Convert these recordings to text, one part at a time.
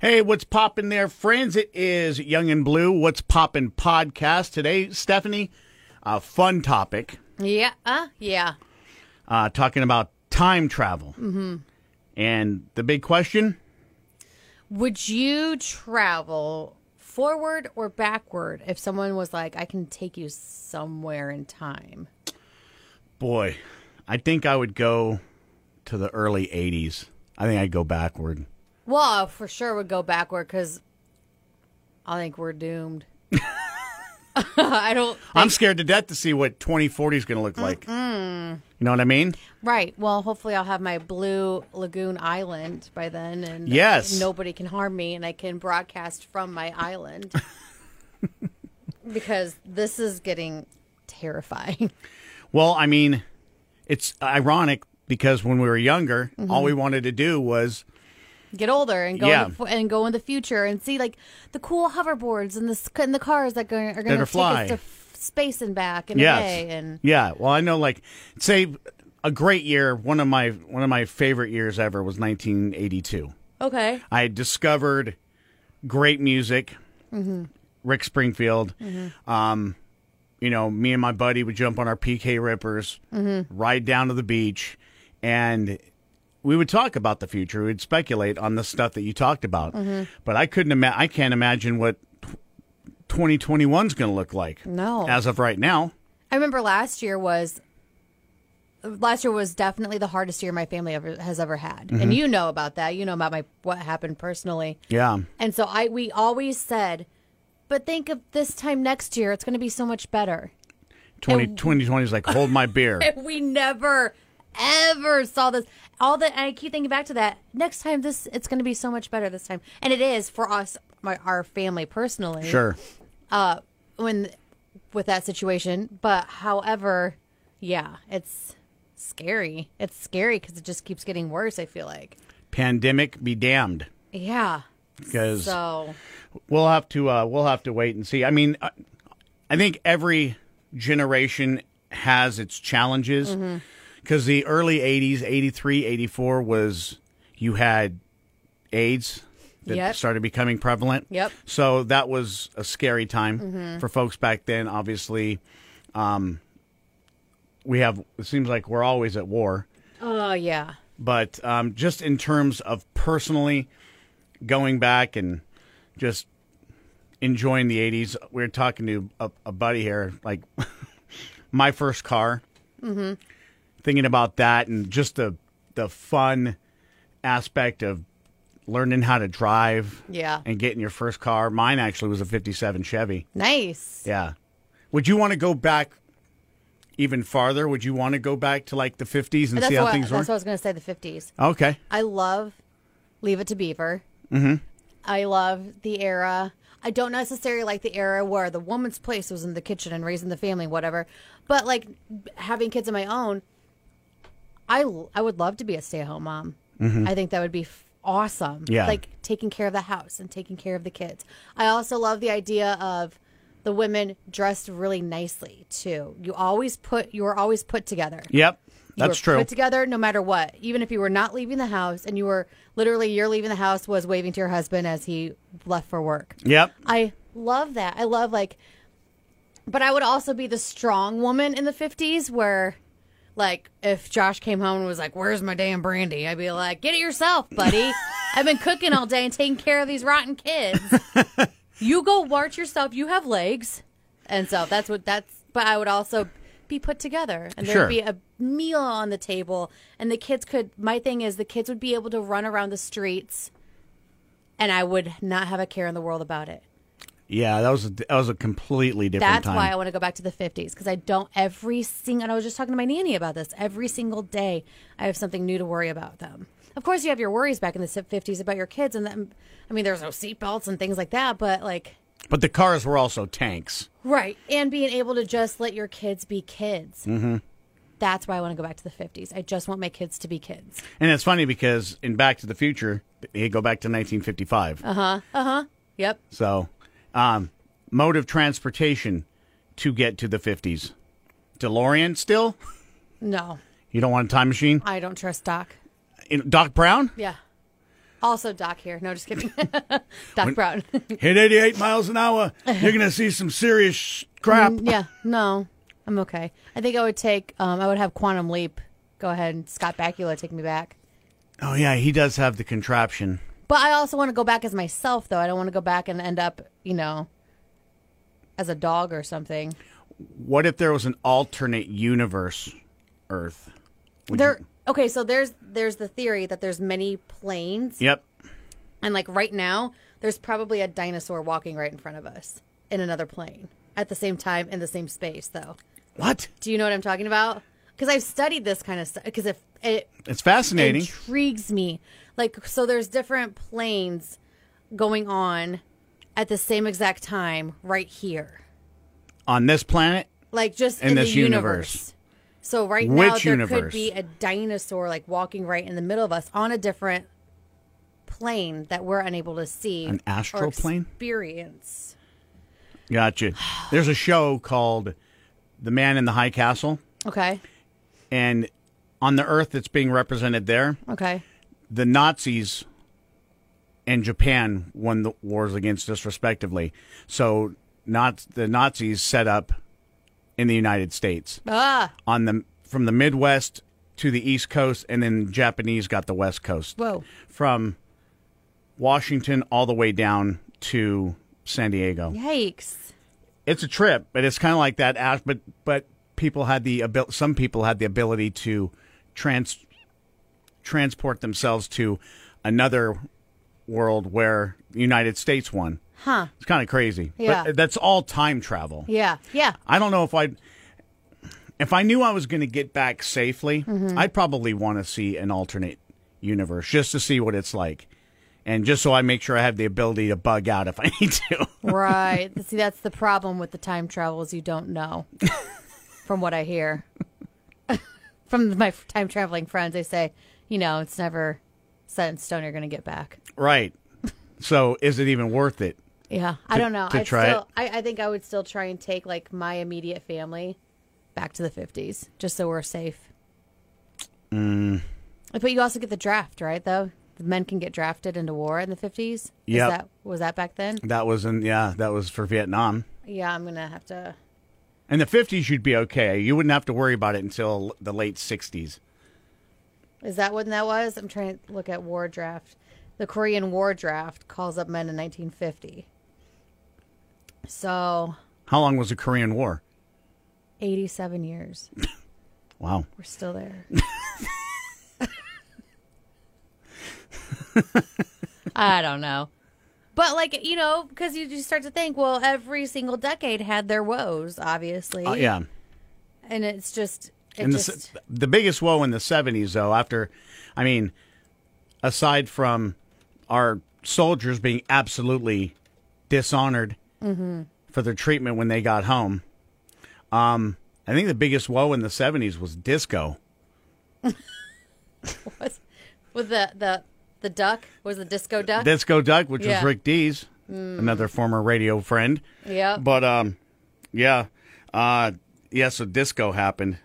Hey, what's poppin' there, friends? It is Young and Blue, What's Poppin' podcast. Today, Stephanie, a fun topic, Yeah, uh, yeah. uh, talking about time travel. Mm-hmm. And the big question Would you travel forward or backward if someone was like, "I can take you somewhere in time"? boy, I think I would go to the early 80s. I think I'd go backward. Well, I for sure would go backward because I think we're doomed. I don't. I'm scared to death to see what 2040 is going to look like. You know what I mean? Right. Well, hopefully, I'll have my blue lagoon island by then, and Yes. nobody can harm me, and I can broadcast from my island because this is getting terrifying. Well, I mean, it's ironic because when we were younger, all we wanted to do was get older and go Yeah. in the, fu- and go in the future and see like the cool hoverboards and the s- and the cars that go, are going to are take fly. us to f- space and back and yes, away and yeah. Well, I know, like, say a great year. One of my one of my favorite years ever was 1982. okay I had discovered great music, Mm-hmm. Rick Springfield. Um, you know, me and my buddy would jump on our PK rippers, Mm-hmm. ride down to the beach, and we would talk about the future. We'd speculate on the stuff that you talked about. Mm-hmm. But I couldn't imagine. I can't imagine what 2021 is going to look like. No. as of right now. I remember last year was last year was definitely the hardest year my family ever has ever had Mm-hmm. and you know about that you know about my what happened personally Yeah. and so I we always said but think of this time next year it's going to be so much better 20, 2020 is like hold my beer. And we never ever saw this all the and i keep thinking back to that next time this it's going to be so much better this time and it is for us my our family personally Sure. uh when with that situation but however yeah it's scary it's scary because it just keeps getting worse i feel like Pandemic be damned. yeah Because so we'll have to uh, we'll have to wait and see. I mean, I, I think every generation has its challenges Mm-hmm. because the early 80s, 83, 84 was you had AIDS that Yep. started becoming prevalent. Yep. Mm-hmm. So that was a scary time for folks back then. Obviously, um, we have it seems like we're always at war oh yeah but um, just in terms of personally going back and just enjoying the 80s we were talking to a, a buddy here like my first car Mm-hmm. thinking about that and just the the fun aspect of learning how to drive Yeah. and getting your first car mine actually was a 57 chevy nice yeah would you want to go back even farther would you want to go back to like the 50s and that's, see how what, things that's were what i was going to say the 50s okay I love Leave It to Beaver. Mm-hmm. I love the era. I don't necessarily like the era where the woman's place was in the kitchen and raising the family, whatever. But like having kids of my own, I l- I would love to be a stay at home mom. I think that would be f- awesome. Yeah. like taking care of the house and taking care of the kids. I also love the idea of the women dressed really nicely too. You always put you were always put together. Yep, You that's were true. Put together, no matter what. Even if you were not leaving the house, and you were literally you're leaving the house was waving to your husband as he left for work. Yep, I love that. I love like, but I would also be the strong woman in the fifties where. Like if Josh came home and was like, "Where's my damn brandy?" I'd be like, "Get it yourself, buddy. I've been cooking all day and taking care of these rotten kids. you go watch yourself. You have legs." And so that's what that's. But I would also be put together, and there'd Sure. be a meal on the table, and the kids could. My thing is, the kids would be able to run around the streets, and I would not have a care in the world about it. yeah, that was a, that was a completely different That's time. why I want to go back to the 50s because I don't every single, and I was just talking to my nanny about this. Every single day, I have something new to worry about them. Of course, you have your worries back in the 50s about your kids, and then, I mean, there's no seatbelts and things like that, but like, but the cars were also tanks. right. And being able to just let your kids be kids. Mm-hmm. That's why I want to go back to the 50s. I just want my kids to be kids. And it's funny because in Back to the Future, they go back to 1955. Uh-huh. Yep. So, um, mode of transportation to get to the 50s. DeLorean still? No, You don't want a time machine? I don't trust Doc. You know, Doc Brown? Yeah. Also, Doc here. No, just kidding. Doc Brown. Hit 88 miles an hour. You're going to see some serious sh- crap. yeah, no, I'm okay. I think I would take. Um, I would have Quantum Leap. Go ahead, and Scott Bakula, take me back. Oh, yeah, he does have the contraption. But I also want to go back as myself, though. I don't want to go back and end up, you know, as a dog or something. What if there was an alternate universe, Earth? Would There. you- Okay, so there's there's the theory that there's many planes, yep. and like right now, there's probably a dinosaur walking right in front of us in another plane at the same time in the same space, though. What? Do you know what I'm talking about? Because I've studied this kind of stuff. Because if it It's fascinating. intrigues me. Like, so there's different planes going on at the same exact time right here. On this planet, Like, just In in, this the universe. universe. So right now, Which there universe? could be a dinosaur like walking right in the middle of us on a different plane that we're unable to see. An astral or plane? Experience. gotcha. There's a show called The Man in the High Castle. Okay. And on the Earth that's being represented there, Okay. the Nazis and Japan won the wars against us, respectively. So, not the Nazis set up in the United States Ah. on the from the Midwest to the East Coast, and then Japanese got the West Coast Whoa. from Washington all the way down to San Diego. Yikes. It's a trip, but it's kind of like that. as- But but people had the abil- some people had the ability to trans transport themselves to another world where the United States won. Huh. It's kind of crazy. Yeah. But that's all time travel. Yeah. Yeah. I don't know if I'd. If I knew I was going to get back safely, Mm-hmm. I'd probably want to see an alternate universe just to see what it's like. And just so I make sure I have the ability to bug out if I need to. Right. See, that's the problem with the time travel is you don't know. from what I hear, from my time traveling friends, they say, you know, it's never set in stone. You're going to get back. right. So is it even worth it? Yeah, I don't know. to I try still, it? I, I think I would still try and take like my immediate family back to the 50s, just so we're safe. Mm. But you also get the draft, right? Though the men can get drafted into war in the 50s. Is Yep. that was that back then? That was in, yeah, that was for Vietnam. Yeah, I'm gonna have to. In the 50s, you'd be okay. You wouldn't have to worry about it until the late 60s. Is that when that was? I'm trying to look at war draft. The Korean War draft calls up men in 1950. So, How long was the Korean War? 87 years. Wow. We're still there. I don't know. But, like, you know, because you just start to think, well, every single decade had their woes, obviously. Uh, yeah. And it's just. It And the, just se- the biggest woe in the 70s, though, after, I mean, aside from our soldiers being absolutely dishonored Mm-hmm. for their treatment when they got home, um, I think the biggest woe in the 70s was disco. was, with the, the, the duck, was the disco duck? Disco Duck, which was Yeah. Rick Dees, another former radio friend. yeah. But, um, yeah. Uh, yeah, so disco happened.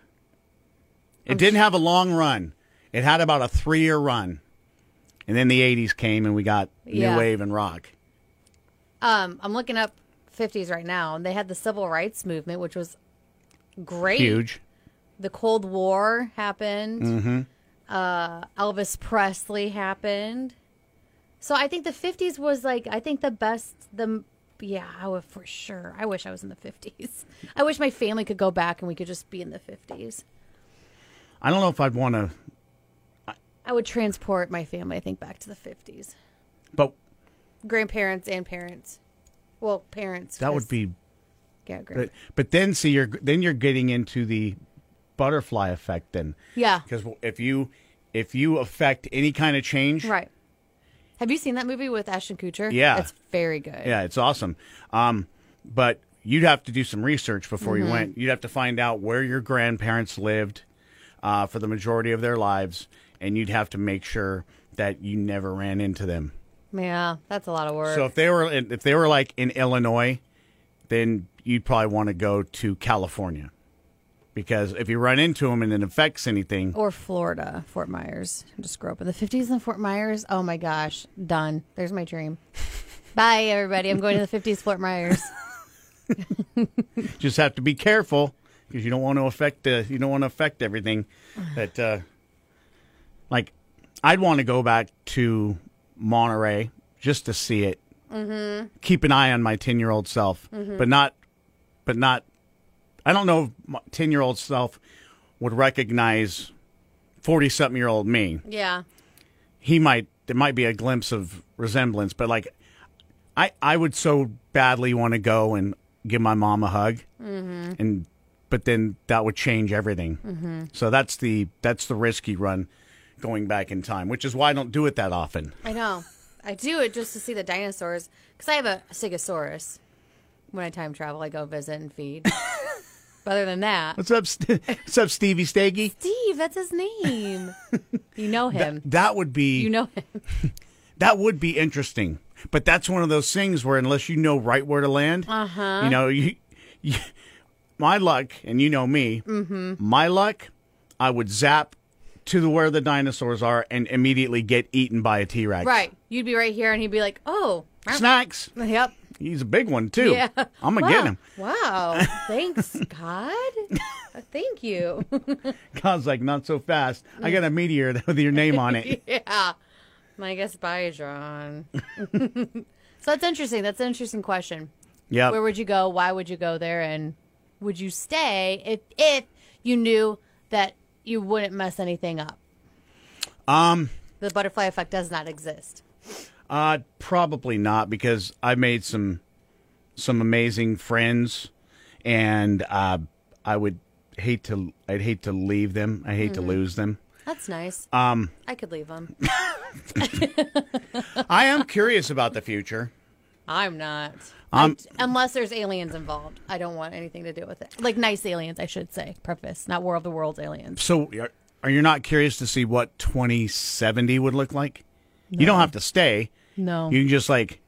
It didn't have a long run, it had about a three year run. And then the 80s came and we got Yeah. new wave and rock. Um, I'm looking up 50s right now, and they had the civil rights movement, which was great. Huge. Mm-hmm. The Cold War happened. Uh, Elvis Presley happened. So I think the 50s was like I think the best. The yeah, I would for sure. I wish I was in the 50s. I wish my family could go back and we could just be in the 50s. I don't know if I'd want to, I would transport my family, I think, back to the 50s. but Grandparents and parents. Well, parents. that would 'cause- be. yeah, grand- But, but then, see, you're then you're getting into the butterfly effect. Then, yeah. because if you if you affect any kind of change, Right. Have you seen that movie with Ashton Kutcher? Yeah. It's very good. Yeah, it's awesome. Um, but you'd have to do some research before you went. You'd have to find out where your grandparents lived uh, for the majority of their lives, and you'd have to make sure that you never ran into them. Yeah, that's a lot of work. So if they were in- if they were like in Illinois, then you'd probably want to go to California. because if you run into them and it affects anything, Or Florida, Fort Myers. I just grew up in the 50s in Fort Myers. Oh my gosh. Done. There's my dream. Bye, everybody. I'm going to the 50s Fort Myers. just have to be careful because you don't want to affect the you don't want to affect everything that uh like i'd want to go back to monterey just to see it mm-hmm. keep an eye on my 10 year old self but not but not i don't know if my 10 year old self would recognize 40 something year old me Yeah. he might there might be a glimpse of resemblance, but like I I would so badly want to go and give my mom a hug, mm-hmm. and but then that would change everything. Mm-hmm. So that's the that's the risky run going back in time, which is why I don't do it that often. I know. I do it just to see the dinosaurs because I have a Stegosaurus. When I time travel, I go visit and feed. but other than that, What's up, St- what's up, Stevie Steggy? Steve, that's his name. you know him. That would be you know him. that would be interesting. But that's one of those things where unless you know right where to land, uh-huh. you know, you, you, my luck, and you know me, Mm-hmm. my luck, I would zap to the where the dinosaurs are and immediately get eaten by a T Rex. Right. You'd be right here and he'd be like, oh, Snacks. yep. He's a big one too. Yeah. I'm gonna wow. get him. Wow. Thanks, God. Uh, Thank you. God's like not so fast. I got a meteor with your name on it. Mm. yeah. I guess bye, John. so that's interesting. That's an interesting question. Yep. Where would you go? Why would you go there? And would you stay if if you knew that you wouldn't mess anything up? Um. The butterfly effect does not exist. Uh, probably not because I made some some amazing friends, and uh, I would hate to I'd hate to leave them. I Mm-hmm. hate to lose them. That's nice. Um, I could leave them. I am curious about the future. I'm not. Um, Unless there's aliens involved, I don't want anything to do with it. Like nice aliens, I should say. Preface, not War of the Worlds aliens. so are- are you not curious to see what 2070 would look like? You don't have to stay. No, You can just like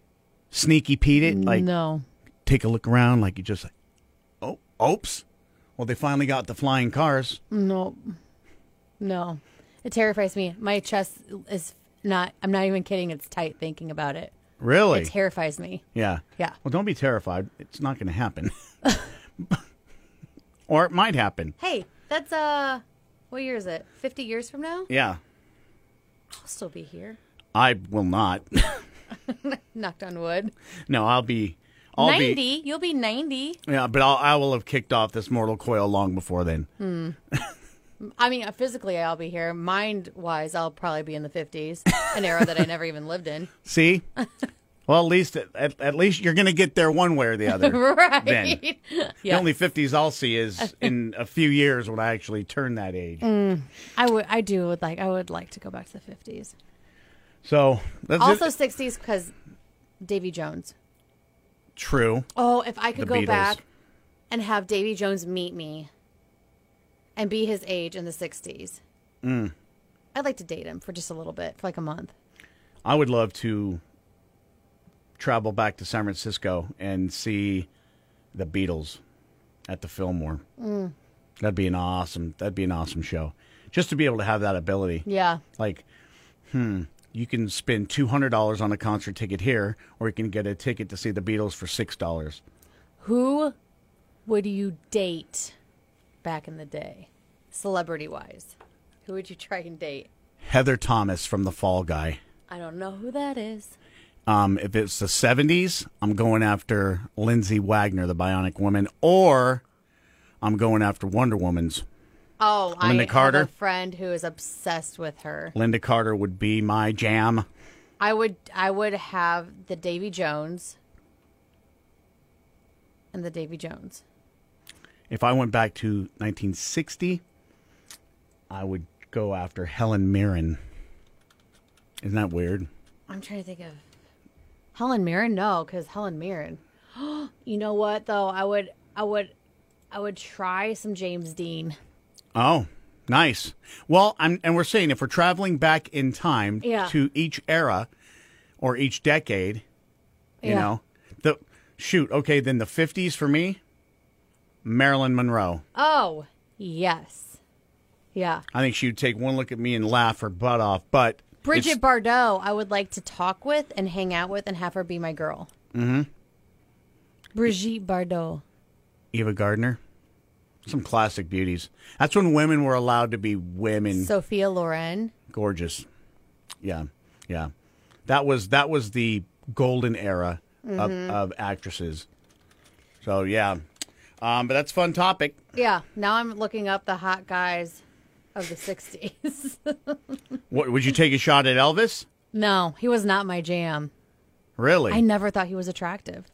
sneaky peek it, like no. take a look around, like you just like, oh, oops. Well, they finally got the flying cars. No, no, it terrifies me. My chest is not. I'm not even kidding. It's tight thinking about it. Really? It terrifies me. Yeah. Yeah. Well, don't be terrified. It's not going to happen. or it might happen. Hey, that's uh, what year is it? Fifty years from now, Yeah. I'll still be here. I will not. Knocked on wood. no, I'll be. I'll be. ninety. You'll be ninety. Yeah, but I'll, I will have kicked off this mortal coil long before then. Hmm. I mean, uh, physically, I'll be here. Mind wise, I'll probably be in the fifties, an era that I never even lived in. See? well, at least at, at least you're going to get there one way or the other. Right. Then the Yeah. only 50s I'll see is in a few years when I actually turn that age. Mm. I would. I do would like. I would like to go back to the fifties. So that's Also it. sixties because Davy Jones. true. Oh, if I The could go Beatles. back and have Davy Jones meet me and be his age in the 60s. Mm. I'd like to date him for just a little bit, for like a month. I would love to travel back to San Francisco and see the Beatles at the Fillmore. That'd be an awesome. That'd be an awesome show. Just to be able to have that ability. Yeah. Like, hmm, you can spend two hundred dollars on a concert ticket here, or you can get a ticket to see the Beatles for six dollars. Who would you date back in the day, celebrity wise? Who would you try and date? Heather Thomas from The Fall Guy. I don't know who that is. Um, if it's the '70s, I'm going after Lindsay Wagner, the Bionic Woman, or I'm going after Wonder Woman's. Oh, I Linda have Carter? a friend who is obsessed with her. Linda Carter would be my jam. I would I would have the Davy Jones and the Davy Jones. If I went back to 1960, I would go after Helen Mirren. Isn't that weird? I'm trying to think of Helen Mirren. No, because Helen Mirren. you know what though? I would, I would, I would try some James Dean. Oh, nice. Well, I'm, and we're saying if we're traveling back in time Yeah. to each era or each decade, you Yeah. know, the shoot. Okay, then the 50s for me, Marilyn Monroe. Oh Yes. Yeah. I think she would take one look at me and laugh her butt off. But Bridget it's- Bardot, I would like to talk with and hang out with and have her be my girl. Mm-hmm. Brigitte Bardot. Eva Gardner, some classic beauties. That's when women were allowed to be women. Sophia Loren. Gorgeous. Yeah, yeah. That was that was the golden era of, of actresses. So yeah, um, but that's a fun topic. Yeah. Now I'm looking up the hot guys of the 60s. What, would you take a shot at Elvis? no, he was not my jam. Really? I never thought he was attractive.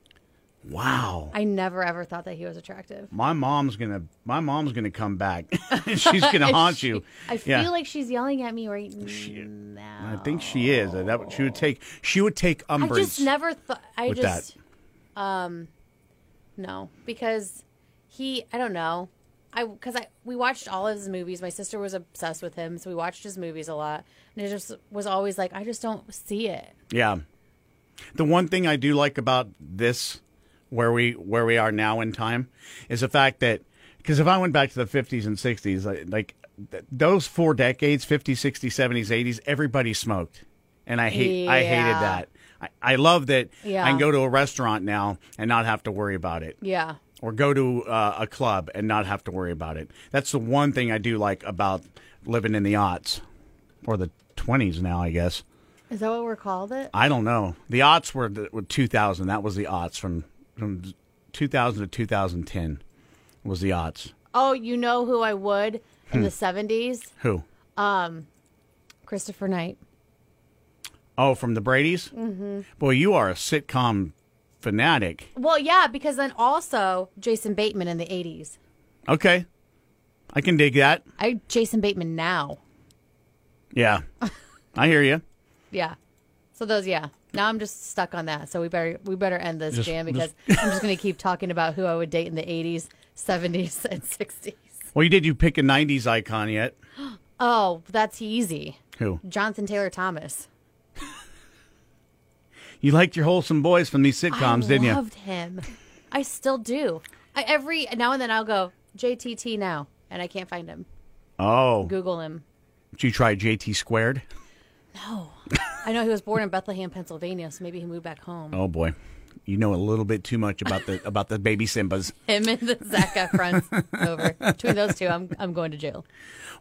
wow. I never ever thought that he was attractive. my mom's gonna my mom's gonna come back. She's gonna Is haunt she- you. I feel Yeah. like she's yelling at me right now. I think she is. That would- she would take she would take I umbrage. just never thought. I with just, um, no, because he. I don't know. I because I we watched all of his movies. My sister was obsessed with him, so we watched his movies a lot, and it just was always like I just don't see it. Yeah. The one thing I do like about this where we where we are now in time is the fact that because if I went back to the 50s and 60s like, like th- those four decades 50s 60s 70s 80s everybody smoked and I hate I hated Yeah. that I, I love that Yeah. I can go to a restaurant now and not have to worry about it Yeah, or go to uh, a club and not have to worry about it that's the one thing I do like about living in the aughts or the 20s now I guess is that what we're called? It. I don't know. The odds were, the, were 2000. That was the odds from from 2000 to 2010 was the odds. Oh, you know who I would in Hmm. the seventies? Who? Christopher Knight. Oh, from the Brady's. Mm-hmm. Boy, you are a sitcom fanatic. Well, yeah, because then also Jason Bateman in the eighties. Okay, I can dig that. I Jason Bateman now. Yeah, I hear you. Yeah. So those, yeah. Now I'm just stuck on that. So we better we better end this Just- jam because I'm just gonna keep talking about who I would date in the 80s, 70s, and 60s. Well, you did. You pick a 90s icon yet? Oh, that's easy. Who? Jonathan Taylor Thomas. You liked your wholesome boys from these sitcoms, I didn't you? loved him. I still do. I, every now and then I'll go JTT now, and I can't find him. Oh, Google him. did you try JT squared? No, I know he was born in Bethlehem, Pennsylvania, so maybe he moved back home. Oh boy, you know a little bit too much about the about the baby Simbas. Him and the Zac Efron over between those two, I'm I'm going to jail.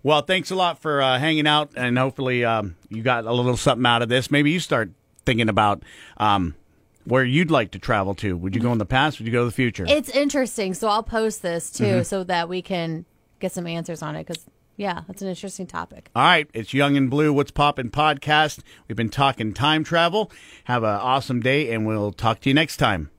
Well, thanks a lot for uh, hanging out, and hopefully um, you got a little something out of this. Maybe you start thinking about um, where you'd like to travel to. Would you go in the past? Would you go to the future? It's interesting. So I'll post this too so that we can get some answers on it because, yeah, that's an interesting topic. All right, it's Young and Blue. What's poppin' podcast? We've been talking time travel. Have an awesome day, and we'll talk to you next time.